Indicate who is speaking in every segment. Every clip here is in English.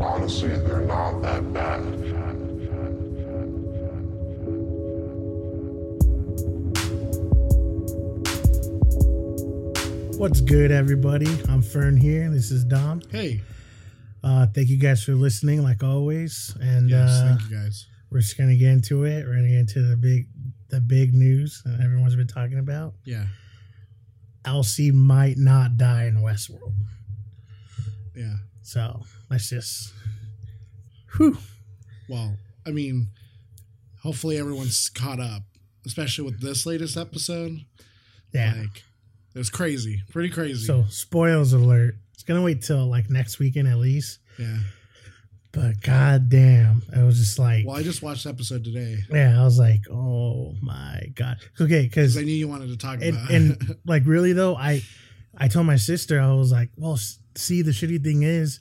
Speaker 1: honestly, they're not that bad.
Speaker 2: What's good, everybody? I'm Fern here. This is Dom.
Speaker 3: Hey,
Speaker 2: Uh, thank you guys for listening, like always. And
Speaker 3: yes,
Speaker 2: uh,
Speaker 3: thank you guys.
Speaker 2: we're just gonna get into it. We're gonna get into the big, the big news that everyone's been talking about.
Speaker 3: Yeah,
Speaker 2: Elsie might not die in Westworld.
Speaker 3: yeah.
Speaker 2: So let's just, whew,
Speaker 3: Well, I mean, hopefully everyone's caught up, especially with this latest episode.
Speaker 2: yeah.
Speaker 3: Like, it was crazy, pretty crazy.
Speaker 2: so spoils alert. It's gonna wait till like next weekend at least.
Speaker 3: yeah.
Speaker 2: But goddamn, it was just like,
Speaker 3: Well, I just watched the episode today
Speaker 2: yeah, I was like, oh my god. Okay, because
Speaker 3: because I knew you wanted to talk
Speaker 2: and,
Speaker 3: about.
Speaker 2: and like really though i i told my sister i was like well s- see the shitty thing is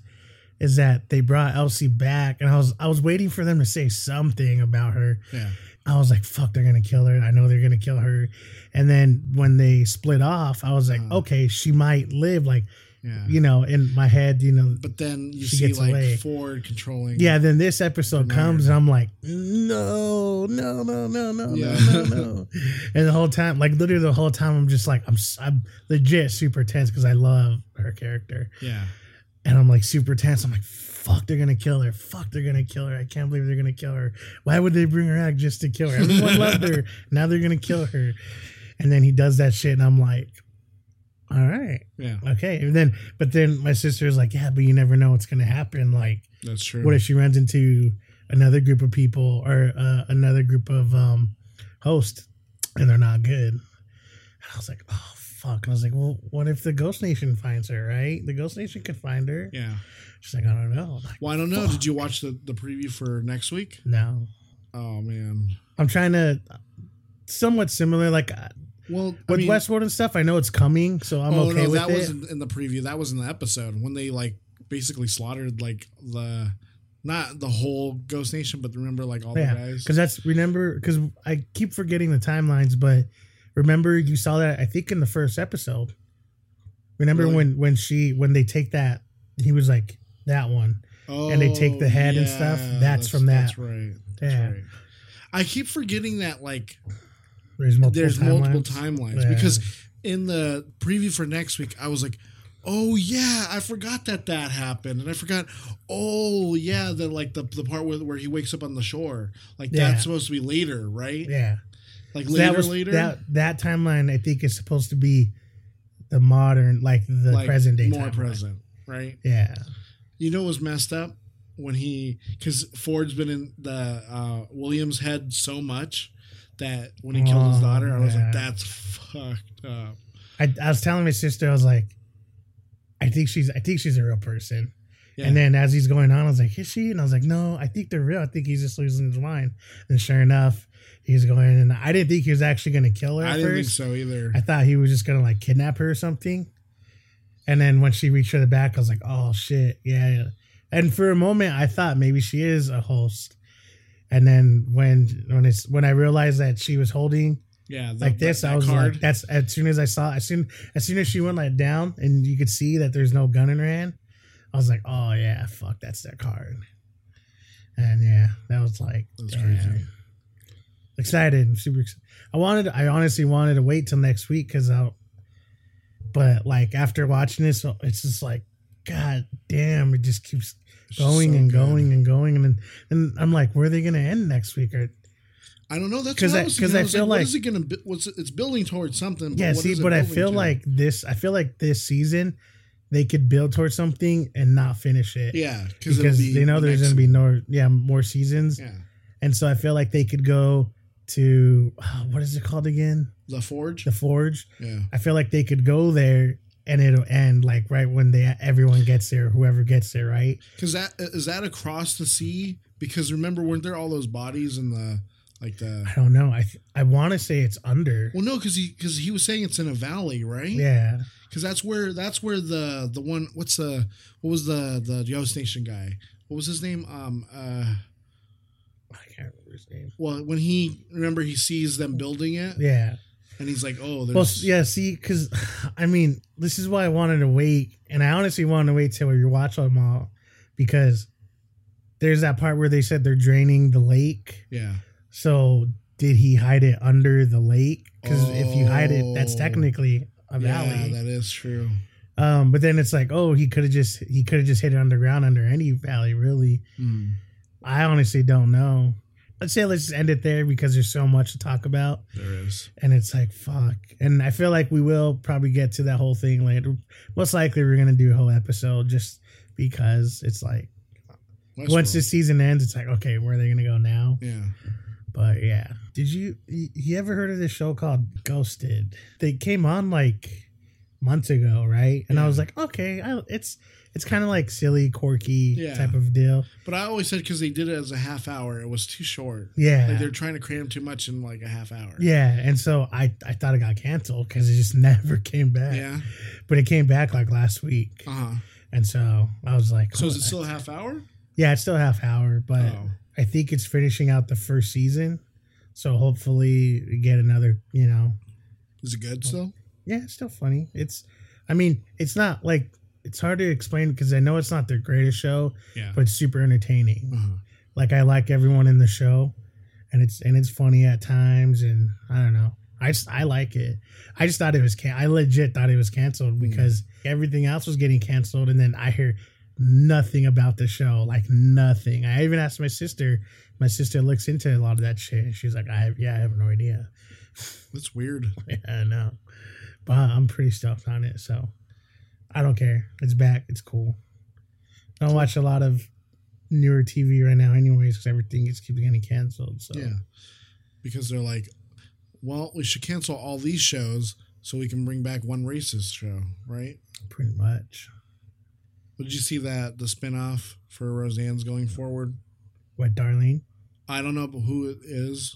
Speaker 2: is that they brought elsie back and i was i was waiting for them to say something about her
Speaker 3: yeah,
Speaker 2: i was like fuck they're gonna kill her i know they're gonna kill her and then when they split off i was like
Speaker 3: Uh.
Speaker 2: okay she might live like
Speaker 3: yeah.
Speaker 2: you know in my head you know
Speaker 3: but then you
Speaker 2: She
Speaker 3: see
Speaker 2: gets
Speaker 3: like
Speaker 2: away.
Speaker 3: Ford controlling.
Speaker 2: yeah then this episode
Speaker 3: Familiar.
Speaker 2: comes and i'm like no no no no no
Speaker 3: Yeah.
Speaker 2: no no no and the whole time like literally the whole time i'm just like i'm, s- I'm legit super tense because i love her character
Speaker 3: yeah,
Speaker 2: and i'm like super tense i'm like fuck they're gonna kill her fuck they're gonna kill her i can't believe they're gonna kill her why would they bring her back just to kill her everyone loved her now they're gonna kill her and then he does that shit and i'm like all right
Speaker 3: yeah.
Speaker 2: okay and then but then my sister's like yeah but you never know what's gonna happen like
Speaker 3: That's true.
Speaker 2: what if she runs into another group of people or uh, another group of um, hosts and they're not good? And I was like, oh, fuck. And I was like, well, what if the Ghost Nation finds her, right? The Ghost Nation could find her.
Speaker 3: yeah.
Speaker 2: She's like, I don't know. I'm like,
Speaker 3: Well, I don't know. Did you watch the the preview for next week?
Speaker 2: no.
Speaker 3: Oh man.
Speaker 2: I'm trying to somewhat similar, like uh,
Speaker 3: Well, I
Speaker 2: with
Speaker 3: mean,
Speaker 2: Westworld and stuff, I know it's coming, so I'm
Speaker 3: oh
Speaker 2: okay
Speaker 3: no,
Speaker 2: with
Speaker 3: that
Speaker 2: it.
Speaker 3: wasn't in the preview. That was in the episode when they like basically slaughtered like the not the whole Ghost Nation, but remember like all
Speaker 2: Yeah,
Speaker 3: the guys.
Speaker 2: Because that's remember, because I keep forgetting the timelines, but remember you saw that I think in the first episode. Remember
Speaker 3: Really?
Speaker 2: when when she when they take that he was like that one.
Speaker 3: Oh,
Speaker 2: and they take the head and stuff?
Speaker 3: yeah,
Speaker 2: That's from that.
Speaker 3: Oh, That's right. That's
Speaker 2: Yeah.
Speaker 3: right. I keep forgetting that like
Speaker 2: There's multiple
Speaker 3: there's
Speaker 2: timelines.
Speaker 3: multiple timelines
Speaker 2: Yeah.
Speaker 3: because in the preview for next week, I was like, "Oh yeah, I forgot that that happened," and I forgot, "Oh yeah, the like the the part where, where he wakes up on the shore, like
Speaker 2: Yeah.
Speaker 3: that's supposed to be later, right?
Speaker 2: yeah.
Speaker 3: Like
Speaker 2: So
Speaker 3: later,
Speaker 2: that was
Speaker 3: later,
Speaker 2: that that timeline I think is supposed to be the modern like the
Speaker 3: like
Speaker 2: present day
Speaker 3: more
Speaker 2: timeline.
Speaker 3: present, right?
Speaker 2: Yeah.
Speaker 3: You know, what was messed up when he because Ford's been in the uh, Williams head so much that when he killed
Speaker 2: Oh,
Speaker 3: his daughter, I was
Speaker 2: yeah.
Speaker 3: like, "That's fucked up."
Speaker 2: I, I was telling my sister I was like I think she's I think she's a real person.
Speaker 3: Yeah.
Speaker 2: And then as he's going on, I was like, is she? And I was like, no, I think they're real. I think he's just losing his mind. And sure enough, he's going, and I didn't think he was actually going to kill her
Speaker 3: I
Speaker 2: at
Speaker 3: didn't think
Speaker 2: first.
Speaker 3: so either.
Speaker 2: I thought he was just going to like kidnap her or something. And then when she reached for the back, I was like, oh shit, yeah. yeah. And for a moment, I thought maybe she is a host. And then when when it's when I realized that she was holding
Speaker 3: yeah, the-
Speaker 2: like this,
Speaker 3: that
Speaker 2: I was
Speaker 3: card.
Speaker 2: like, that's as soon as I saw as soon as soon as she went like down and you could see that there's no gun in her hand, I was like, Oh yeah, fuck, that's that card. And yeah, that was like
Speaker 3: That's
Speaker 2: damn.
Speaker 3: crazy.
Speaker 2: Excited. I'm super excited. I wanted I honestly wanted to wait till next week because I but like after watching this, it's just like, God damn, it just keeps
Speaker 3: It's just
Speaker 2: going
Speaker 3: so
Speaker 2: and
Speaker 3: good.
Speaker 2: going and going and then and I'm like, where are they gonna end next week? Or
Speaker 3: I don't know. That's
Speaker 2: 'Cause
Speaker 3: because I,
Speaker 2: I-
Speaker 3: was
Speaker 2: 'cause
Speaker 3: thinking.
Speaker 2: I
Speaker 3: I was
Speaker 2: feel
Speaker 3: like,
Speaker 2: like-
Speaker 3: what is it going to? What's it's building towards something?
Speaker 2: yeah
Speaker 3: what
Speaker 2: see
Speaker 3: is it
Speaker 2: but i
Speaker 3: building
Speaker 2: feel
Speaker 3: to?
Speaker 2: like this i feel like this season they could build towards something and not finish it
Speaker 3: yeah, because
Speaker 2: because they know there's gonna be no yeah more seasons
Speaker 3: yeah
Speaker 2: and so i feel like they could go to ah, what is it called again
Speaker 3: the forge.
Speaker 2: the forge
Speaker 3: yeah,
Speaker 2: i feel like they could go there and it'll end like right when they everyone gets there whoever gets there right
Speaker 3: because that is that across the sea. Because remember, weren't there all those bodies in the like the?
Speaker 2: i don't know i th- i want to say it's under
Speaker 3: Well, no, because he because he was saying it's in a valley, right?
Speaker 2: yeah
Speaker 3: Because that's where that's where the the one what's the what was the the Ghost Nation guy? What was his name? Um. Uh.
Speaker 2: i can't remember his name
Speaker 3: Well, when he remember he sees them building it,
Speaker 2: yeah
Speaker 3: and he's like, "Oh, there's
Speaker 2: Well, s- yeah, see, because I mean, this is why I wanted to wait, and I honestly wanted to wait till we watch them all because there's that part where they said they're draining the lake.
Speaker 3: Yeah.
Speaker 2: So did he hide it under the lake? Because if you hide it, that's
Speaker 3: Oh.
Speaker 2: technically a
Speaker 3: Yeah,
Speaker 2: valley.
Speaker 3: that is true.
Speaker 2: um, but then it's like, oh, he could have just he could have just hid it underground under any valley, really.
Speaker 3: Hmm.
Speaker 2: I honestly don't know. Let's say let's just end it there because there's so much to talk about.
Speaker 3: There is.
Speaker 2: And it's like fuck. And I feel like we will probably get to that whole thing later. Most likely we're gonna do a whole episode just because it's like once
Speaker 3: Westworld.
Speaker 2: this season ends, it's like, okay, where are they gonna go now?
Speaker 3: Yeah.
Speaker 2: But yeah. Did you y- you ever heard of this show called Ghosted? They came on like months ago, right? And I
Speaker 3: Yeah.
Speaker 2: was like, okay, I, it's it's kind of like silly, quirky
Speaker 3: Yeah.
Speaker 2: type of deal.
Speaker 3: But I always said because they did it as a half hour, it was too short.
Speaker 2: Yeah,
Speaker 3: Like they're trying to cram too much in like a half hour.
Speaker 2: yeah. And so I I thought it got canceled because it just never came back.
Speaker 3: Yeah.
Speaker 2: But it came back like last week,
Speaker 3: Uh huh.
Speaker 2: and so I was like,
Speaker 3: So is
Speaker 2: "Oh,
Speaker 3: it still a half hour?
Speaker 2: Yeah, it's still half hour, but
Speaker 3: Oh.
Speaker 2: I think it's finishing out the first season. So hopefully we get another, you know,
Speaker 3: Is it good still?
Speaker 2: yeah, it's still funny. It's, I mean, it's not like it's hard to explain because I know it's not their greatest show,
Speaker 3: Yeah.
Speaker 2: but it's super entertaining.
Speaker 3: uh-huh.
Speaker 2: Like I like everyone in the show, and it's and it's funny at times, and I don't know. I just I like it. I just thought it was can. I legit thought it was canceled because everything else was getting canceled, and then I hear nothing about the show, like nothing. I even asked my sister. My sister looks into a lot of that shit, and she's like, "I have, yeah, I have no idea."
Speaker 3: That's weird.
Speaker 2: Yeah, I know. uh, But I'm pretty stuffed on it, so I don't care. It's back. It's cool. I don't watch a lot of newer TV right now, anyways, because everything gets keeps getting canceled. So
Speaker 3: Yeah. Because they're like, well, we should cancel all these shows so we can bring back one racist show, right?
Speaker 2: pretty much.
Speaker 3: But did you see that the spinoff for Roseanne's going forward?
Speaker 2: What, Darlene?
Speaker 3: I don't know who it is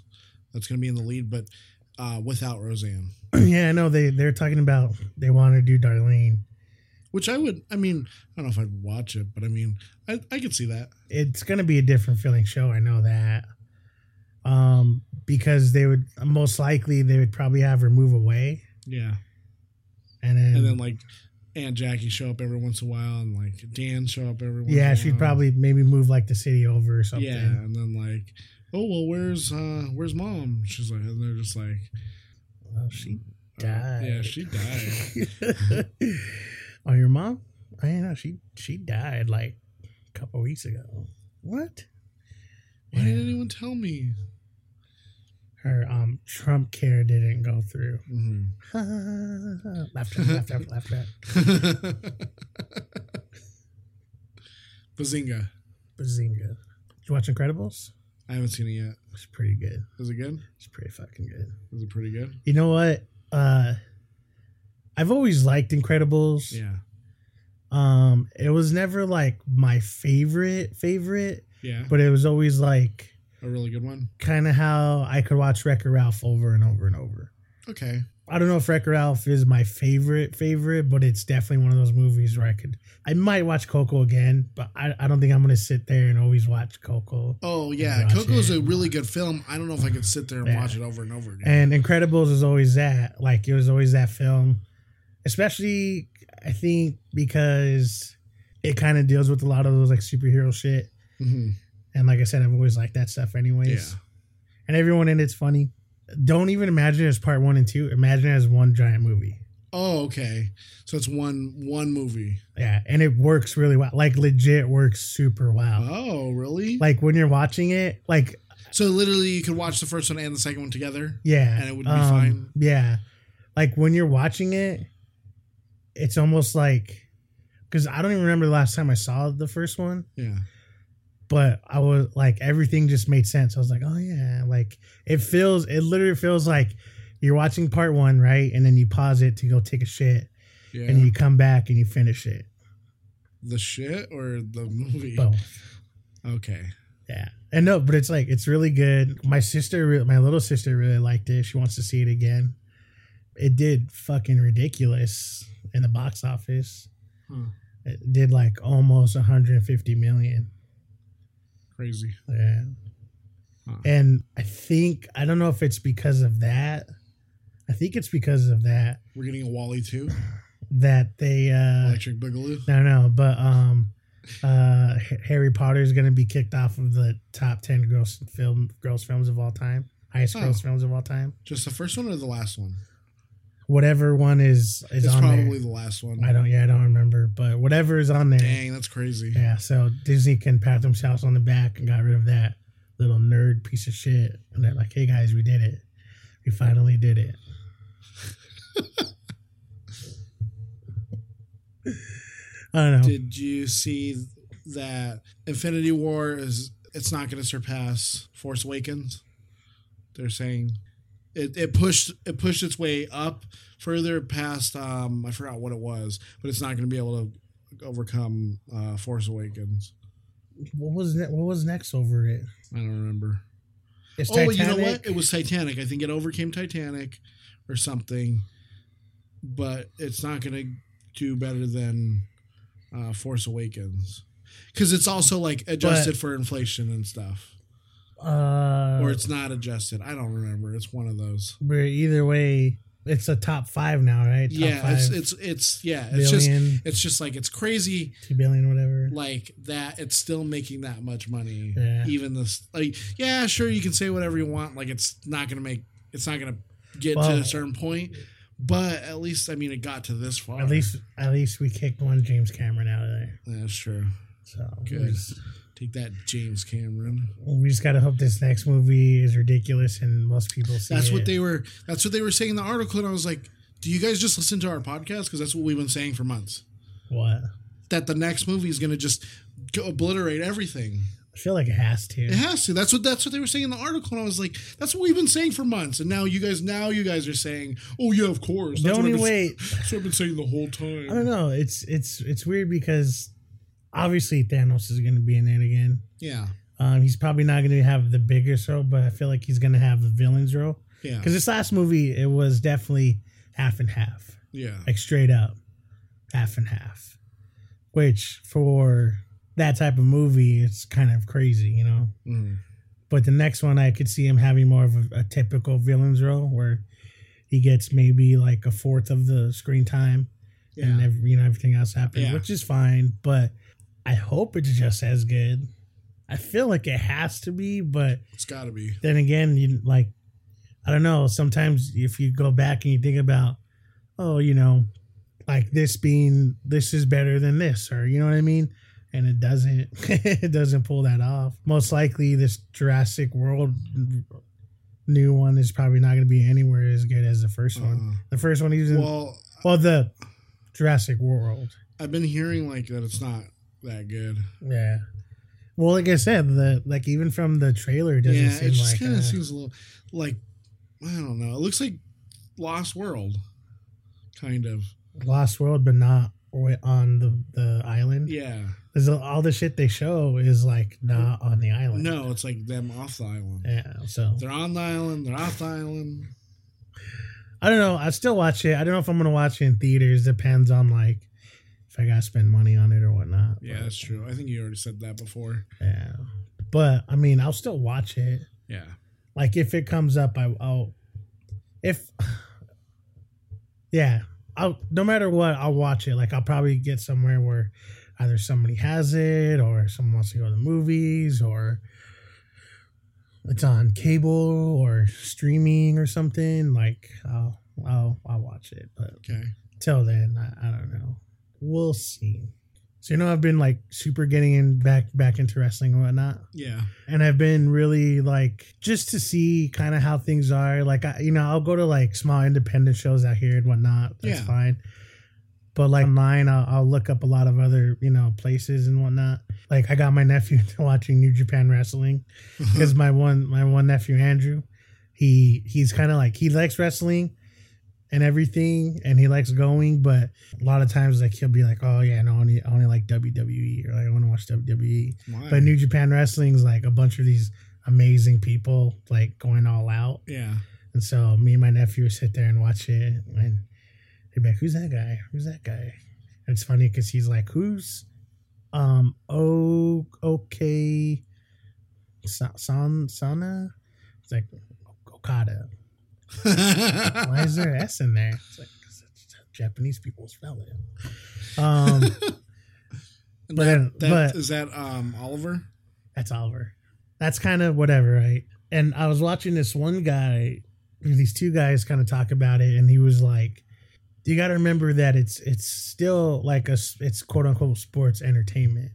Speaker 3: that's going to be in the lead, but uh, without Roseanne,
Speaker 2: yeah, I know they they're talking about they want to do Darlene.
Speaker 3: which I would, I mean, I don't know if I'd watch it, but I mean, I, I could see that.
Speaker 2: It's gonna be a different feeling show. I know that. Um, because they would most likely they would probably have her move away,
Speaker 3: Yeah.
Speaker 2: and then,
Speaker 3: and then like Aunt Jackie show up every once in a while, and like Dan show up every once. in
Speaker 2: yeah,
Speaker 3: a
Speaker 2: she'd
Speaker 3: while.
Speaker 2: probably maybe move like the city over or something.
Speaker 3: yeah, and then like, oh well, where's uh where's mom? She's like, and they're just like,
Speaker 2: Well, Oh, she
Speaker 3: uh,
Speaker 2: Mm-hmm. died.
Speaker 3: yeah, she died.
Speaker 2: oh, your mom? I know she she died like a couple weeks ago. What?
Speaker 3: Why
Speaker 2: Yeah.
Speaker 3: didn't anyone tell me?
Speaker 2: Her um Trump care didn't go through.
Speaker 3: Mhm.
Speaker 2: laughter, laughter, laughter.
Speaker 3: Bazinga!
Speaker 2: Bazinga. Did you watch Incredibles?
Speaker 3: I haven't seen it yet.
Speaker 2: It's pretty good.
Speaker 3: Is it good?
Speaker 2: It's pretty fucking good.
Speaker 3: Is it pretty good?
Speaker 2: You know what? Uh I've always liked Incredibles.
Speaker 3: Yeah,
Speaker 2: Um it was never like my favorite favorite,
Speaker 3: yeah,
Speaker 2: but it was always like
Speaker 3: a really good one.
Speaker 2: kind of how I could watch Wreck Ralph over and over and over.
Speaker 3: Okay,
Speaker 2: I don't know if Wreck Ralph is my favorite favorite, but it's definitely one of those movies where I could I might watch Coco again, but I, I don't think I'm gonna sit there and always watch Coco.
Speaker 3: Oh yeah,
Speaker 2: Watch
Speaker 3: Coco's
Speaker 2: it.
Speaker 3: a really good film. I don't know if I could sit there and
Speaker 2: Yeah.
Speaker 3: watch it over and over again.
Speaker 2: And Incredibles is always that. Like it was always that film. Especially I think because it kind of deals with a lot of those like superhero shit.
Speaker 3: Mhm.
Speaker 2: And like I said, I've always liked that stuff anyways.
Speaker 3: Yeah.
Speaker 2: And everyone in it's funny. Don't even imagine it as part one and two. Imagine it as one giant movie.
Speaker 3: Oh, okay. So it's one one movie.
Speaker 2: Yeah, and it works really well. Like legit works super well.
Speaker 3: Oh, really?
Speaker 2: Like when you're watching it, like
Speaker 3: so literally, you could watch the first one and the second one together.
Speaker 2: yeah, Um,
Speaker 3: And it would be fine?
Speaker 2: Yeah, like when you're watching it, it's almost like because I don't even remember the last time I saw the first one,
Speaker 3: Yeah.
Speaker 2: but I was like everything just made sense. I was like, oh yeah, like it feels. It literally feels like you're watching part one, right? And then you pause it to go take a shit,
Speaker 3: Yeah.
Speaker 2: and you come back and you finish it.
Speaker 3: the shit or the movie?
Speaker 2: Boom.
Speaker 3: Okay.
Speaker 2: Yeah. And no, but it's like it's really good. My sister, re- my little sister, really liked it. She wants to see it again. It did fucking ridiculous in the box office.
Speaker 3: Huh.
Speaker 2: It did like almost 150 million.
Speaker 3: Crazy.
Speaker 2: Yeah.
Speaker 3: Huh.
Speaker 2: And I think I don't know if it's because of that. I think it's because of that
Speaker 3: We're getting a Wally two,
Speaker 2: that they uh
Speaker 3: Electric Boogaloo.
Speaker 2: no no, but um uh, H- Harry Potter is going to be kicked off of the top ten gross film gross films of all time, highest
Speaker 3: Oh.
Speaker 2: gross films of all time.
Speaker 3: Just the first one or the last one?
Speaker 2: Whatever one is is
Speaker 3: it's
Speaker 2: on
Speaker 3: probably
Speaker 2: there.
Speaker 3: the last one.
Speaker 2: I don't. Yeah, I don't remember. But whatever is on there.
Speaker 3: Dang, that's crazy.
Speaker 2: Yeah. So Disney can pat themselves on the back and got rid of that little nerd piece of shit. And they're like, "Hey guys, we did it. We finally did it." I don't know.
Speaker 3: Did you see that Infinity War is it's not going to surpass Force Awakens? They're saying it, it pushed it pushed its way up further past um I forgot what it was, but it's not going to be able to overcome uh Force Awakens.
Speaker 2: what was ne- what was next over it?
Speaker 3: I don't remember.
Speaker 2: It's
Speaker 3: oh,
Speaker 2: Titanic.
Speaker 3: you know what? It was Titanic. I think it overcame Titanic or something, but it's not going to do better than uh, Force Awakens because it's also like adjusted for inflation and stuff,
Speaker 2: Uh,
Speaker 3: or it's not adjusted. I don't remember. It's one of those.
Speaker 2: but either way, it's a top five now, right? Top
Speaker 3: yeah,
Speaker 2: five
Speaker 3: it's it's it's yeah. It's just
Speaker 2: billion,
Speaker 3: it's just like it's crazy
Speaker 2: two billion, whatever.
Speaker 3: like that. It's still making that much money.
Speaker 2: Yeah.
Speaker 3: Even this, like, yeah, sure, you can say whatever you want. Like, it's not gonna make. It's not gonna get to
Speaker 2: Well-
Speaker 3: a certain point. But at least, I mean, it got to this far.
Speaker 2: At least, at least we kicked one James Cameron out of there.
Speaker 3: Yeah, that's true.
Speaker 2: So we
Speaker 3: Good.
Speaker 2: just,
Speaker 3: Take that, James Cameron.
Speaker 2: we just gotta hope this next movie is ridiculous and most people see
Speaker 3: That's what
Speaker 2: it.
Speaker 3: they were. That's what they were saying in the article, and I was like, "Do you guys just listen to our podcast? Because that's what we've been saying for months.
Speaker 2: What
Speaker 3: That the next movie is gonna just go obliterate everything.
Speaker 2: I feel like it has to.
Speaker 3: It has to. That's what that's what they were saying in the article, and I was like, "That's what we've been saying for months." And now you guys, now you guys are saying, "Oh yeah, of course."
Speaker 2: the
Speaker 3: That's what
Speaker 2: only
Speaker 3: I've been-
Speaker 2: way
Speaker 3: That's what I've been saying the whole time.
Speaker 2: I don't know. It's it's it's weird because obviously Thanos is gonna be in it again.
Speaker 3: Yeah,
Speaker 2: Um, he's probably not going to have the biggest role, but I feel like he's going to have the villain's role.
Speaker 3: yeah,
Speaker 2: Because this last movie, it was definitely half and half,
Speaker 3: yeah.
Speaker 2: like straight up, half and half. Which for that type of movie, it's kind of crazy, you know.
Speaker 3: Mm.
Speaker 2: But the next one, I could see him having more of a, a typical villain's role where he gets maybe like a fourth of the screen time, and
Speaker 3: Yeah.
Speaker 2: ev- you know everything else happens,
Speaker 3: Yeah.
Speaker 2: which is fine. But I hope it's just as good. I feel like it has to be, but
Speaker 3: It's got to be.
Speaker 2: then again, you like, I don't know. Sometimes if you go back and you think about, oh, you know, like this being this is better than this, or you know what I mean, and it doesn't, it doesn't pull that off. Most likely, this Jurassic World new one is probably not going to be anywhere as good as the first
Speaker 3: Uh,
Speaker 2: one. The first one, even Mm. well,
Speaker 3: well,
Speaker 2: well, the Jurassic World,
Speaker 3: I've been hearing like that it's not that good.
Speaker 2: yeah. Well, like I said, the like even from the trailer, it doesn't
Speaker 3: yeah,
Speaker 2: seem
Speaker 3: it just
Speaker 2: like
Speaker 3: kind of
Speaker 2: uh,
Speaker 3: seems a little like I don't know. It looks like Lost World, kind of.
Speaker 2: Lost World, but not wi- on the, the island.
Speaker 3: Yeah.
Speaker 2: 'Cause all the shit they show is like Uh, not on the island.
Speaker 3: No, it's like them off the island.
Speaker 2: Yeah, so
Speaker 3: They're on the island. They're off the island.
Speaker 2: I don't know. I still watch it. I don't know if I'm gonna watch it in theaters. Depends on like if I gotta spend money on it or whatnot.
Speaker 3: Yeah, that's true. I think you already said that before.
Speaker 2: Yeah, but I mean, I'll still watch it.
Speaker 3: Yeah.
Speaker 2: Like if it comes up, I, I'll. If yeah, I'll. No matter what, I'll watch it. Like I'll probably get somewhere where either somebody has it, or someone wants to go to the movies, or it's on cable or streaming or something. Like I'll I'll I'll watch it. But
Speaker 3: Okay.
Speaker 2: till then, I, I don't know. We'll see. So you know, I've been like super getting in back back into wrestling and whatnot
Speaker 3: Yeah.
Speaker 2: and I've been really like just to see kind of how things are. Like I, you know, I'll go to like small independent shows out here and whatnot. That's
Speaker 3: Yeah.
Speaker 2: fine. But like online, I'll, I'll look up a lot of other you know places and whatnot. Like I got my nephew into watching New Japan Wrestling because my one my one nephew Andrew, he he's kind of like he likes wrestling and everything, and he likes going. But a lot of times, like he'll be like, "Oh yeah, no, I only I only like WWE or like, I want to watch E." WWE."
Speaker 3: Why?
Speaker 2: But New Japan Wrestling's like a bunch of these amazing people like going all out.
Speaker 3: yeah.
Speaker 2: And so me and my nephew would sit there and watch it and they'd be like, Who's that guy? Who's that guy? And it's funny because he's like, Who's um oh okay Sa- San Sana? It's like Okada. Why is there an S in there? It's like 'cause that's how Japanese people spell it. Um
Speaker 3: And
Speaker 2: But then-
Speaker 3: that, that,
Speaker 2: but-
Speaker 3: is that um Oliver?
Speaker 2: That's Oliver. That's kind of whatever, right? And I was watching this one guy, or these two guys kind of talk about it, and he was like, "You got to remember that it's it's still like a s- it's quote unquote sports entertainment,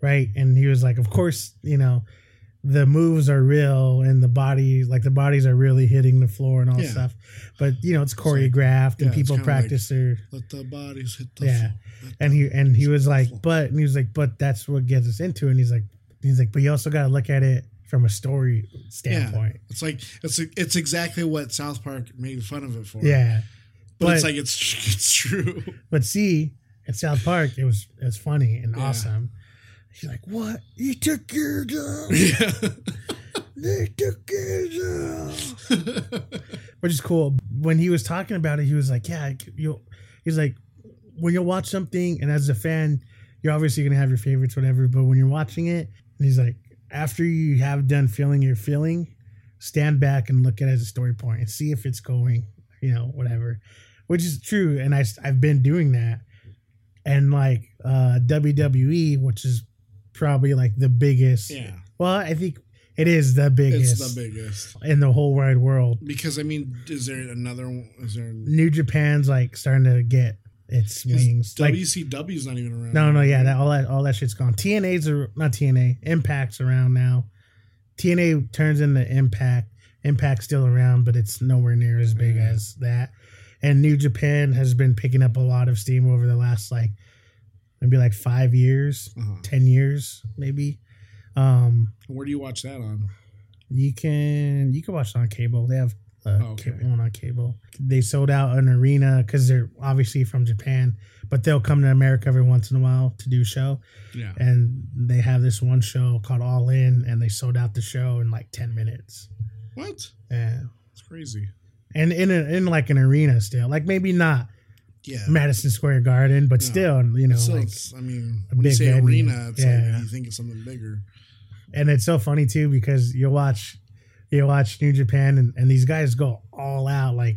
Speaker 2: right?" And he was like, "Of course, you know." The moves are real, and the body, like the bodies, are really hitting the floor and all
Speaker 3: Yeah.
Speaker 2: stuff. But you know, it's choreographed,
Speaker 3: yeah,
Speaker 2: and
Speaker 3: it's
Speaker 2: people
Speaker 3: kinda like-
Speaker 2: practice their
Speaker 3: Let the bodies hit the
Speaker 2: Yeah.
Speaker 3: floor. Let
Speaker 2: and he and he was like,
Speaker 3: Awful.
Speaker 2: but and he was like, but that's what gets us into. it. And he's like, he's like, but you also got to look at it from a story standpoint.
Speaker 3: It's like it's it's exactly what South Park made fun of it for.
Speaker 2: Yeah,
Speaker 3: but, it's
Speaker 2: but-
Speaker 3: like it's it's true.
Speaker 2: but see, at South Park, it was it was funny and
Speaker 3: Yeah.
Speaker 2: awesome. He's like, what? You took your job.
Speaker 3: yeah,
Speaker 2: They took your job. Which is cool. When he was talking about it, he was like, yeah, you. He's like, when you watch something, and as a fan, you're obviously gonna have your favorites, whatever. But when you're watching it, and he's like, after you have done feeling your feeling, stand back and look at it as a story point and see if it's going, you know, whatever. Which is true, and I have been doing that, and like uh, WWE, which is probably like the biggest.
Speaker 3: yeah.
Speaker 2: Well, I think it is the biggest
Speaker 3: It's the biggest
Speaker 2: in the whole wide world.
Speaker 3: because I mean, is there another? one- Is there
Speaker 2: New Japan's like starting to get its wings. Like
Speaker 3: WCW's not even around?
Speaker 2: no, no, yeah, that, all that all that shit's gone. TNA's are not TNA. Impact's around now. TNA turns into Impact. Impact's still around, but it's nowhere near as big
Speaker 3: Yeah.
Speaker 2: as that. And New Japan has been picking up a lot of steam over the last like maybe like five years,
Speaker 3: Uh-huh.
Speaker 2: ten years, maybe. Um,
Speaker 3: Where do you watch that on?
Speaker 2: You can you can watch it on cable. They have uh,
Speaker 3: Oh, okay.
Speaker 2: ca- one on cable. They sold out an arena because they're obviously from Japan, but they'll come to America every once in a while to do show.
Speaker 3: Yeah,
Speaker 2: And they have this one show called All In, and they sold out the show in like ten minutes.
Speaker 3: what?
Speaker 2: Yeah,
Speaker 3: It's crazy.
Speaker 2: and in a, in like an arena still, like maybe not
Speaker 3: Yeah,
Speaker 2: Madison Square Garden, but
Speaker 3: No.
Speaker 2: still, you know,
Speaker 3: so
Speaker 2: like
Speaker 3: it's, I mean,
Speaker 2: a
Speaker 3: when you
Speaker 2: big
Speaker 3: say
Speaker 2: venue.
Speaker 3: arena, it's
Speaker 2: Yeah.
Speaker 3: like you think it's something bigger.
Speaker 2: and it's so funny too because you watch you watch New Japan and, and these guys go all out like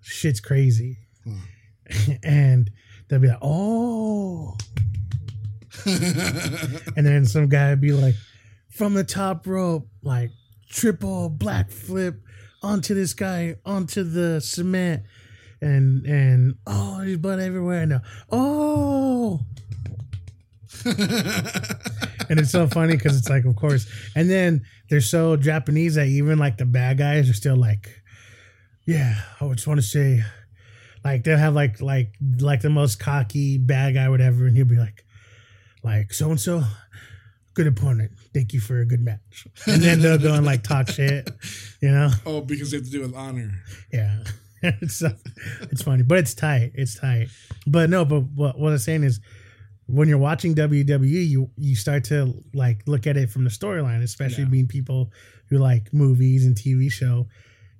Speaker 2: shit's crazy. and they'll be like, Oh
Speaker 3: Huh.
Speaker 2: and then some guy would be like from the top rope, like triple black flip onto this guy, onto the cement and and oh there's blood everywhere and uh, oh and it's so funny because it's like, of course. And then they're so Japanese that even like the bad guys are still like, yeah, I just want to say, like they'll have like like like the most cocky bad guy, whatever, and he'll be like, like so and so, good opponent, thank you for a good match. And then they'll go and like talk shit, you know?
Speaker 3: oh, because they have to do with honor.
Speaker 2: Yeah. it's uh, it's funny, but it's tight. It's tight. But no, but what, what I'm saying is when you're watching WWE, you you start to like look at it from the storyline, especially
Speaker 3: Yeah.
Speaker 2: being people who like movies and TV show.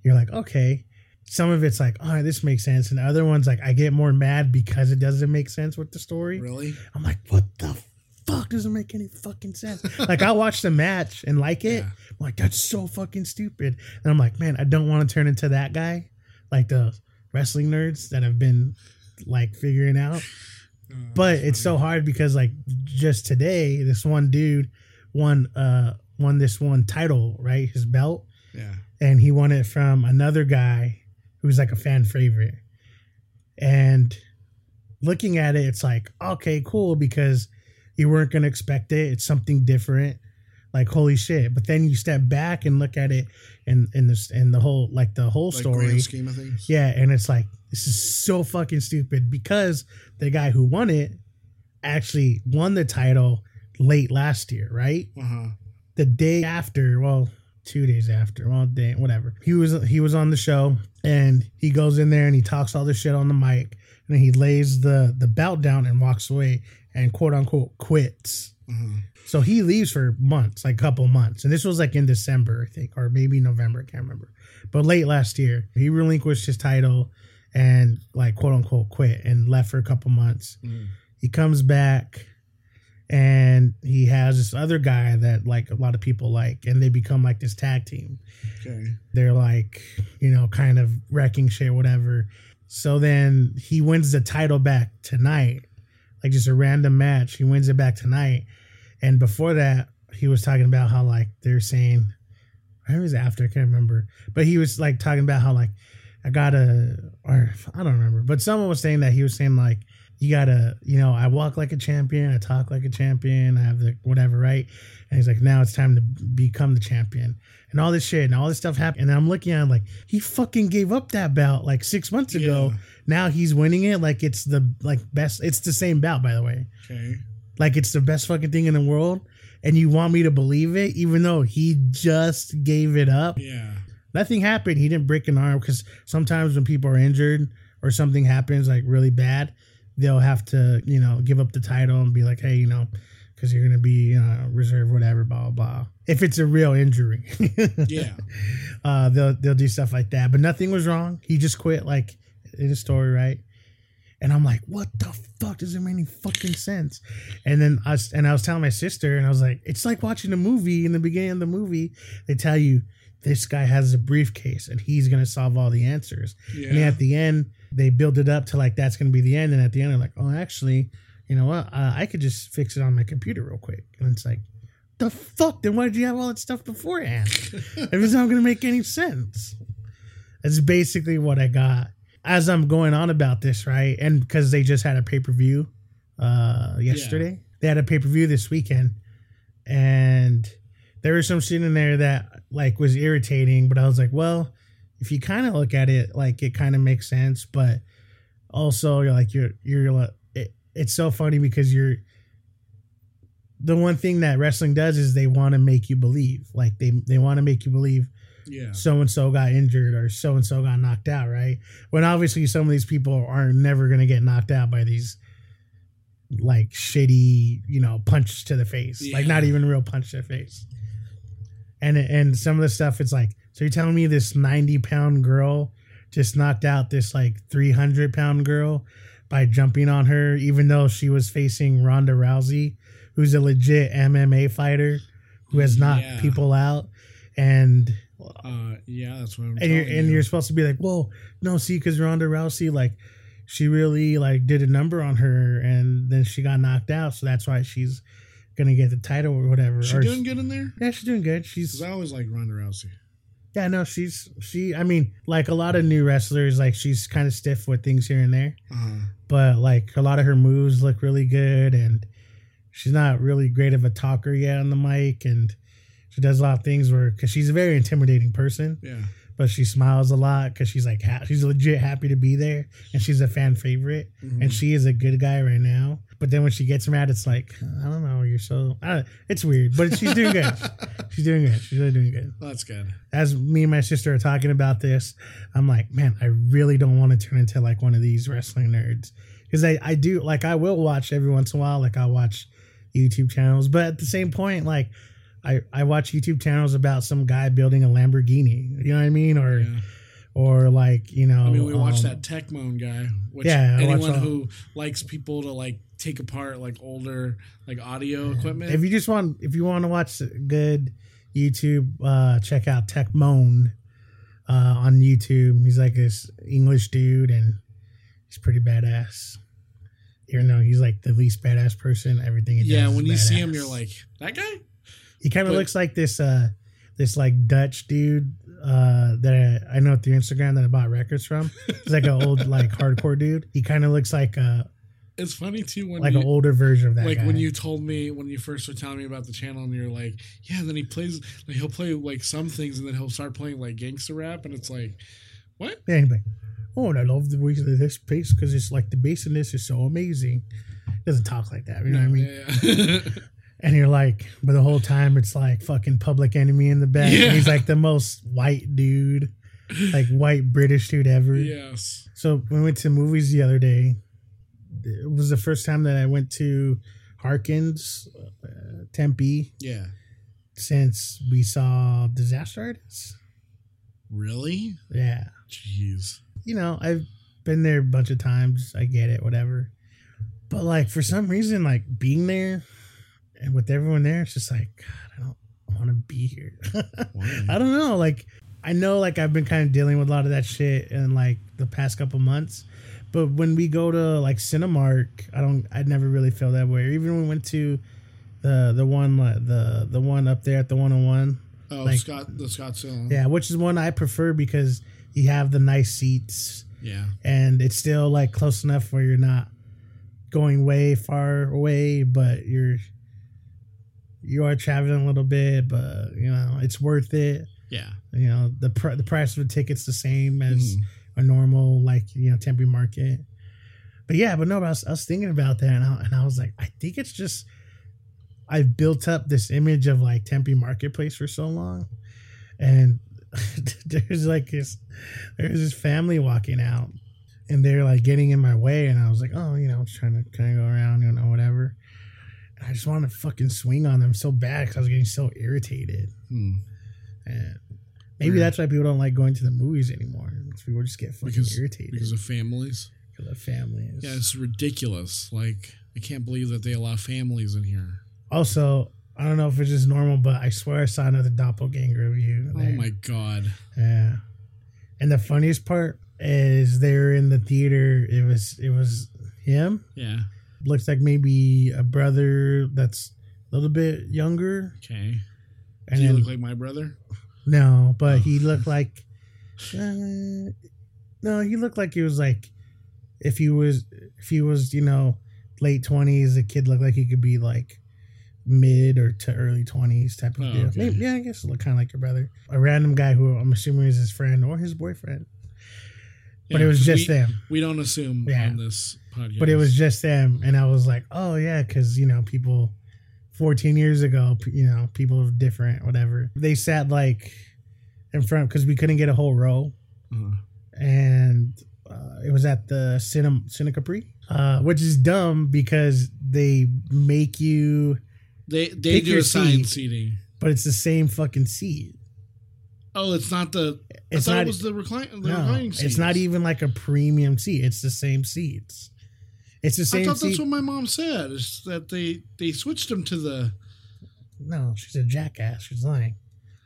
Speaker 2: You're like, okay, some of it's like, all right, this makes sense, and the other ones like I get more mad because it doesn't make sense with the story.
Speaker 3: Really?
Speaker 2: I'm like, what the fuck doesn't make any fucking sense? like I watch the match and like it.
Speaker 3: Yeah. Oh,
Speaker 2: I'm like, that's so fucking stupid. And I'm like, man, I don't want to turn into that guy, like the wrestling nerds that have been like figuring out.
Speaker 3: Uh,
Speaker 2: But
Speaker 3: that's
Speaker 2: it's so
Speaker 3: funny.
Speaker 2: hard because like just today, this one dude won uh won this one title, right? His belt.
Speaker 3: yeah.
Speaker 2: And he won it from another guy who's like a fan favorite. And looking at it, it's like, okay, cool, because you weren't gonna expect it. It's something different. Like holy shit. But then you step back and look at it and in this and the whole like the whole
Speaker 3: Like
Speaker 2: story.
Speaker 3: grand scheme of things.
Speaker 2: Yeah, and it's like this is so fucking stupid because the guy who won it actually won the title late last year, right?
Speaker 3: Uh huh.
Speaker 2: the day after, well, two days after, well, day, whatever. He was he was on the show, and he goes in there and he talks all this shit on the mic, and then he lays the the belt down and walks away and quote unquote quits.
Speaker 3: Uh huh.
Speaker 2: So he leaves for months, like a couple months, and this was like in December, I think, or maybe November, I can't remember, but late last year, he relinquished his title and like quote unquote quit and left for a couple months
Speaker 3: Mm.
Speaker 2: he comes back and he has this other guy that like a lot of people like and they become like this tag team
Speaker 3: Okay.
Speaker 2: they're like you know kind of wrecking shit whatever so then he wins the title back tonight like just a random match. He wins it back tonight. And before that, he was talking about how like they're saying, I think it was after, I can't remember, but he was like talking about how like I gotta, or I don't remember, but someone was saying that he was saying like you gotta, you know, I walk like a champion, I talk like a champion, I have the whatever, right? And he's like, now it's time to become the champion, and all this shit, and all this stuff happened. And I'm looking at him like he fucking gave up that bout like six months ago.
Speaker 3: Yeah.
Speaker 2: Now he's winning it like it's the like best. It's the same bout, by the way
Speaker 3: Okay.
Speaker 2: like it's the best fucking thing in the world and you want me to believe it even though he just gave it up
Speaker 3: Yeah.
Speaker 2: nothing happened he didn't break an arm because sometimes when people are injured or something happens like really bad they'll have to you know give up the title and be like hey you know because you're gonna be you know, reserve whatever blah blah blah if it's a real injury
Speaker 3: Yeah.
Speaker 2: uh, they'll they'll do stuff like that. But nothing was wrong. He just quit, like in the story, right? And I'm like, what the fuck doesn't make any fucking sense? And then I was, and I was telling my sister, and I was like, it's like watching a movie. In the beginning of the movie, they tell you this guy has a briefcase and he's gonna solve all the answers. And then
Speaker 3: Yeah.
Speaker 2: at the end, they build it up to like that's gonna be the end. And at the end, they're like, oh, actually, you know what? Uh, I could just fix it on my computer real quick. And it's like, the fuck? Then why did you have all that stuff beforehand? if it's not gonna make any sense. That's basically what I got as I'm going on about this, right? And because they just had a pay per view uh, yesterday, they had a pay per view this weekend, and there was some shit in there that like was irritating. But I was like, well, if you kind of look at it, like it kind of makes sense. But also, you're like, you're you're like, it, it's so funny because you're the one thing that wrestling does is they want to make you believe, like they they want to make you believe
Speaker 3: Yeah.
Speaker 2: so and so got injured or so and so got knocked out, right? When obviously some of these people are never going to get knocked out by these like shitty, you know, punches to the face, like not
Speaker 3: Yeah.
Speaker 2: even real punch to the face. And and some of the stuff, it's like, so you're telling me this 90 pound girl just knocked out this like 300 pound girl by jumping on her, even though she was facing Ronda Rousey, who's a legit MMA fighter who has knocked
Speaker 3: Yeah.
Speaker 2: people out. And
Speaker 3: Uh, yeah. That's what I'm.
Speaker 2: and you're
Speaker 3: telling
Speaker 2: and
Speaker 3: you.
Speaker 2: you're supposed to be like, well, no, see, because Ronda Rousey, like, she really like did a number on her, and then she got knocked out, so that's why she's gonna get the title or whatever.
Speaker 3: She
Speaker 2: Or-
Speaker 3: doing good in there?
Speaker 2: yeah, she's doing good.
Speaker 3: 'Cause
Speaker 2: She's
Speaker 3: I always like Ronda Rousey.
Speaker 2: yeah, no, she's she. I mean, like a lot of new wrestlers, like she's kind of stiff with things here and there,
Speaker 3: Uh,
Speaker 2: but like a lot of her moves look really good, and she's not really great of a talker yet on the mic, and she does a lot of things where because she's a very intimidating person.
Speaker 3: yeah.
Speaker 2: but she smiles a lot because she's like ha- she's legit happy to be there and she's a fan favorite
Speaker 3: Mhm.
Speaker 2: and she is a good guy right now but then when she gets mad it's like i don't know you're so I don't, it's weird but she's doing good she's doing good she's really doing good
Speaker 3: That's good.
Speaker 2: as me and my sister are talking about this i'm like man i really don't want to turn into like one of these wrestling nerds because I, I do like i will watch every once in a while like i watch youtube channels but at the same point like I, I watch YouTube channels about some guy building a Lamborghini. You know what I mean? Or
Speaker 3: Yeah.
Speaker 2: or like you know.
Speaker 3: I mean, we watched
Speaker 2: um,
Speaker 3: that Techmoan guy, which
Speaker 2: yeah, I watch
Speaker 3: anyone
Speaker 2: all-
Speaker 3: who likes people to like take apart like older like audio equipment.
Speaker 2: If you just want, if you want to watch good YouTube, uh, check out Tech Moan uh, on YouTube. He's like this English dude, and he's pretty badass. Even though he's like the least badass person, everything. He does
Speaker 3: yeah,
Speaker 2: is
Speaker 3: when you see him,
Speaker 2: badass.
Speaker 3: you're like that guy.
Speaker 2: he kind of
Speaker 3: but-
Speaker 2: looks like this, uh, this like Dutch dude uh, that I, I know through Instagram that I bought records from. He's like an old like hardcore dude. He kind of looks like a
Speaker 3: It's funny too when
Speaker 2: like
Speaker 3: you,
Speaker 2: an older version of that.
Speaker 3: like
Speaker 2: guy.
Speaker 3: when you told me when you first were telling me about the channel, and you're like, yeah. then he plays like he'll play like some things, and then he'll start playing like gangster rap, and it's like, what?
Speaker 2: Yeah, he's like, oh, and I love the way that this piece because it's like the bass in this is so amazing. Doesn't talk like that, you know what I mean?
Speaker 3: Yeah.
Speaker 2: And you're like, but the whole time it's like fucking Public Enemy in the back.
Speaker 3: Yeah.
Speaker 2: And he's like the most white dude, like white British dude ever.
Speaker 3: yes.
Speaker 2: So we went to movies the other day. It was the first time that I went to Harkins, uh, Tempe,
Speaker 3: Yeah.
Speaker 2: since we saw Disaster Artist.
Speaker 3: Really?
Speaker 2: Yeah.
Speaker 3: Jeez.
Speaker 2: you know, I've been there a bunch of times. I get it, whatever. But like for some reason, like being there and with everyone there, it's just like God, I don't want to be here.
Speaker 3: Why?
Speaker 2: I don't know. Like I know, like I've been kind of dealing with a lot of that shit in like the past couple months, But when we go to like Cinemark, I don't. I never really feel that way. Or even when we went to the the one like, the the one up there at the one on one.
Speaker 3: Oh,
Speaker 2: Like-
Speaker 3: Scott, the Scott Salem.
Speaker 2: Yeah, which is one I prefer because you have the nice seats
Speaker 3: Yeah.
Speaker 2: and it's still like close enough where you're not going way far away, but you're you are traveling a little bit, but you know it's worth it.
Speaker 3: Yeah.
Speaker 2: You know the pr- the price of the ticket's the same as
Speaker 3: Mhm.
Speaker 2: a normal like you know temporary market. But yeah, but no, but I was, I was thinking about that, and I, and I was like, I think it's just I've built up this image of like Tempe Marketplace for so long, and there's like this there's this family walking out, and they're like getting in my way, and I was like, oh, you know, I'm just trying to kind of go around, you know, whatever. And I just wanted to fucking swing on them so bad because I was getting so irritated.
Speaker 3: Hmm.
Speaker 2: And maybe
Speaker 3: Weird.
Speaker 2: that's why people don't like going to the movies anymore. Because people just get fucking
Speaker 3: Because-
Speaker 2: irritated
Speaker 3: Because of families.
Speaker 2: because of families.
Speaker 3: Yeah, it's ridiculous. Like, I can't believe that they allow families in here.
Speaker 2: Also, I don't know if it's just normal, but I swear I saw another doppelganger of you.
Speaker 3: Oh
Speaker 2: there.
Speaker 3: my god.
Speaker 2: Yeah. And the funniest part is they're in the theater. It was it was him.
Speaker 3: Yeah.
Speaker 2: Looks like maybe a brother that's a little bit younger.
Speaker 3: Okay.
Speaker 2: And
Speaker 3: Do you
Speaker 2: then-
Speaker 3: look like my brother?
Speaker 2: No,
Speaker 3: Oh,
Speaker 2: but he looked like. Uh, no, he looked like he was like, if he was, if he was, you know, late twenties, the kid looked like he could be like mid or to early twenties type of
Speaker 3: Oh,
Speaker 2: deal.
Speaker 3: okay.
Speaker 2: Maybe, yeah, I guess look kind of like your brother. A random guy who I'm assuming is his friend or his boyfriend, but
Speaker 3: Yeah,
Speaker 2: it was
Speaker 3: 'cause
Speaker 2: just
Speaker 3: we,
Speaker 2: them.
Speaker 3: we don't assume
Speaker 2: Yeah.
Speaker 3: on this podcast.
Speaker 2: But it was just them, and I was like, oh yeah, because you know people, fourteen years ago, p- you know people are different, whatever. They sat like in front because we couldn't get a whole row,
Speaker 3: Uh,
Speaker 2: and uh, it was at the Cine Cine Capri, uh, which is dumb because they make you,
Speaker 3: they they
Speaker 2: Pick
Speaker 3: do
Speaker 2: your
Speaker 3: assigned
Speaker 2: seat.
Speaker 3: seating.
Speaker 2: but it's the same fucking seat.
Speaker 3: Oh, it's not the.
Speaker 2: It's
Speaker 3: I thought
Speaker 2: not
Speaker 3: it was the, reclin- the
Speaker 2: no,
Speaker 3: reclining
Speaker 2: it's not
Speaker 3: seats.
Speaker 2: even like a premium seat. It's the same seats. It's the
Speaker 3: I
Speaker 2: same
Speaker 3: thought
Speaker 2: seat.
Speaker 3: that's what my mom said. Is that they they switched them to the
Speaker 2: no, she's a jackass. She's lying.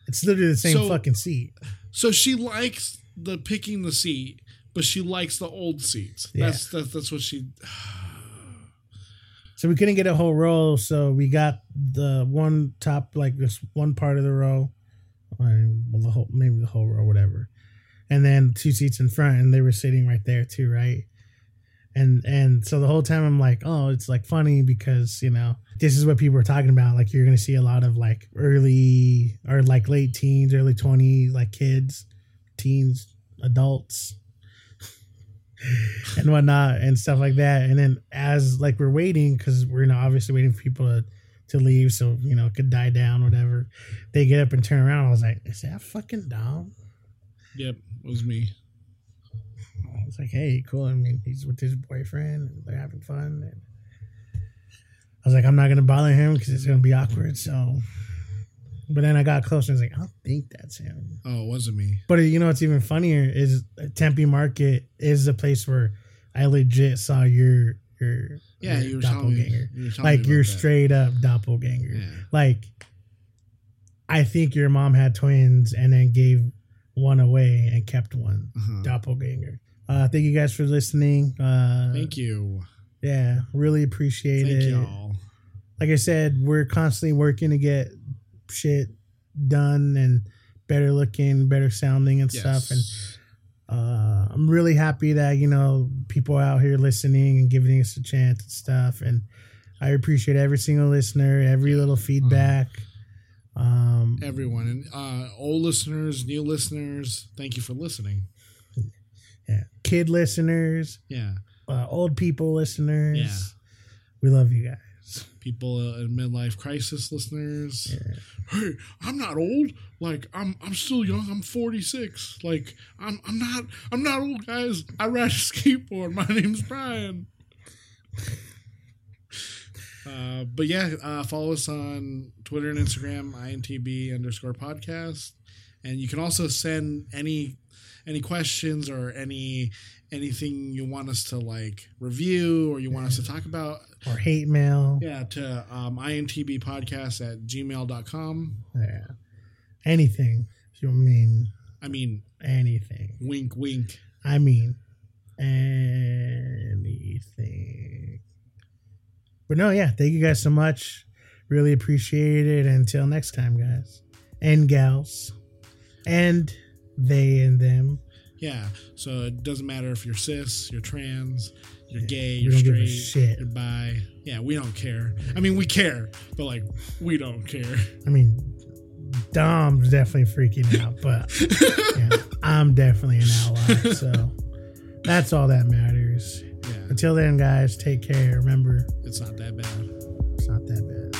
Speaker 2: It's literally the same
Speaker 3: So-
Speaker 2: fucking seat.
Speaker 3: So she likes the picking the seat, but she likes the old seats.
Speaker 2: Yeah.
Speaker 3: That's that's that's what she.
Speaker 2: So we couldn't get a whole row, so we got the one top, like this one part of the row, or well, the whole, maybe the whole row, whatever. And then two seats in front, and they were sitting right there too, right? And and so the whole time I'm like, oh, it's like funny because you know this is what people are talking about. Like you're gonna see a lot of like early or like late teens, early twenties, like kids, teens, adults, and whatnot and stuff like that. And then as like we're waiting because we're you know, obviously waiting for people to to leave, so you know it could die down, whatever. They get up and turn around. I was like, is that fucking Dom?
Speaker 3: Yep, it was me.
Speaker 2: I was like, hey, cool. I mean, he's with his boyfriend. And they're having fun. And I was like, I'm not gonna bother him because it's gonna be awkward. So, but then I got close and I was like, I don't think that's him.
Speaker 3: Oh, it wasn't me.
Speaker 2: But you know what's even funnier is Tempe Market is the place where I legit saw your your
Speaker 3: Yeah,
Speaker 2: your
Speaker 3: you were telling me. You were telling me
Speaker 2: like
Speaker 3: about
Speaker 2: your
Speaker 3: that.
Speaker 2: straight up doppelganger.
Speaker 3: Yeah.
Speaker 2: Like I think your mom had twins and then gave one away and kept one
Speaker 3: Uh-huh.
Speaker 2: doppelganger. Uh, thank you guys for listening. Uh,
Speaker 3: Thank you.
Speaker 2: Yeah, really appreciate
Speaker 3: Thank
Speaker 2: it
Speaker 3: y'all.
Speaker 2: like I said, we're constantly working to get shit done and better looking, better sounding and stuff. And
Speaker 3: Yes.
Speaker 2: uh, I'm really happy that you know people out here listening and giving us a chance and stuff. And I appreciate every single listener, every little
Speaker 3: Mm-hmm.
Speaker 2: feedback. Um,
Speaker 3: everyone and uh, old listeners, new listeners, thank you for listening.
Speaker 2: yeah. kid listeners,
Speaker 3: Yeah,
Speaker 2: uh, old people listeners.
Speaker 3: Yeah.
Speaker 2: We love you guys.
Speaker 3: people uh, in midlife crisis listeners.
Speaker 2: Yeah.
Speaker 3: hey, I'm not old. Like I'm, I'm still young. I'm 46. Like I'm, I'm not, I'm not old, guys. I ride a skateboard. My name's Brian. Uh, but yeah, uh, follow us on Twitter and Instagram, intb underscore podcast, and you can also send any any questions or any anything you want us to like review or you want us to talk about
Speaker 2: Or hate mail.
Speaker 3: yeah to um, intbpodcast at gmail.com
Speaker 2: Yeah. Anything. You mean
Speaker 3: I mean,
Speaker 2: anything?
Speaker 3: wink, wink.
Speaker 2: I mean, anything. But no, yeah, thank you guys so much. Really appreciate it. Until next time, guys and gals, and they and them.
Speaker 3: Yeah. So it doesn't matter if you're cis, you're trans, you're
Speaker 2: Yeah,
Speaker 3: gay,
Speaker 2: we
Speaker 3: you're
Speaker 2: don't give a
Speaker 3: straight,
Speaker 2: shit.
Speaker 3: you're bi. Yeah, we don't care. I mean, we care, but like, we don't care.
Speaker 2: I mean, Dom's definitely freaking out, but yeah, I'm definitely an outlier. So that's all that matters.
Speaker 3: Yeah,
Speaker 2: Until then, guys, take care. Remember,
Speaker 3: it's not that bad.
Speaker 2: it's not that bad.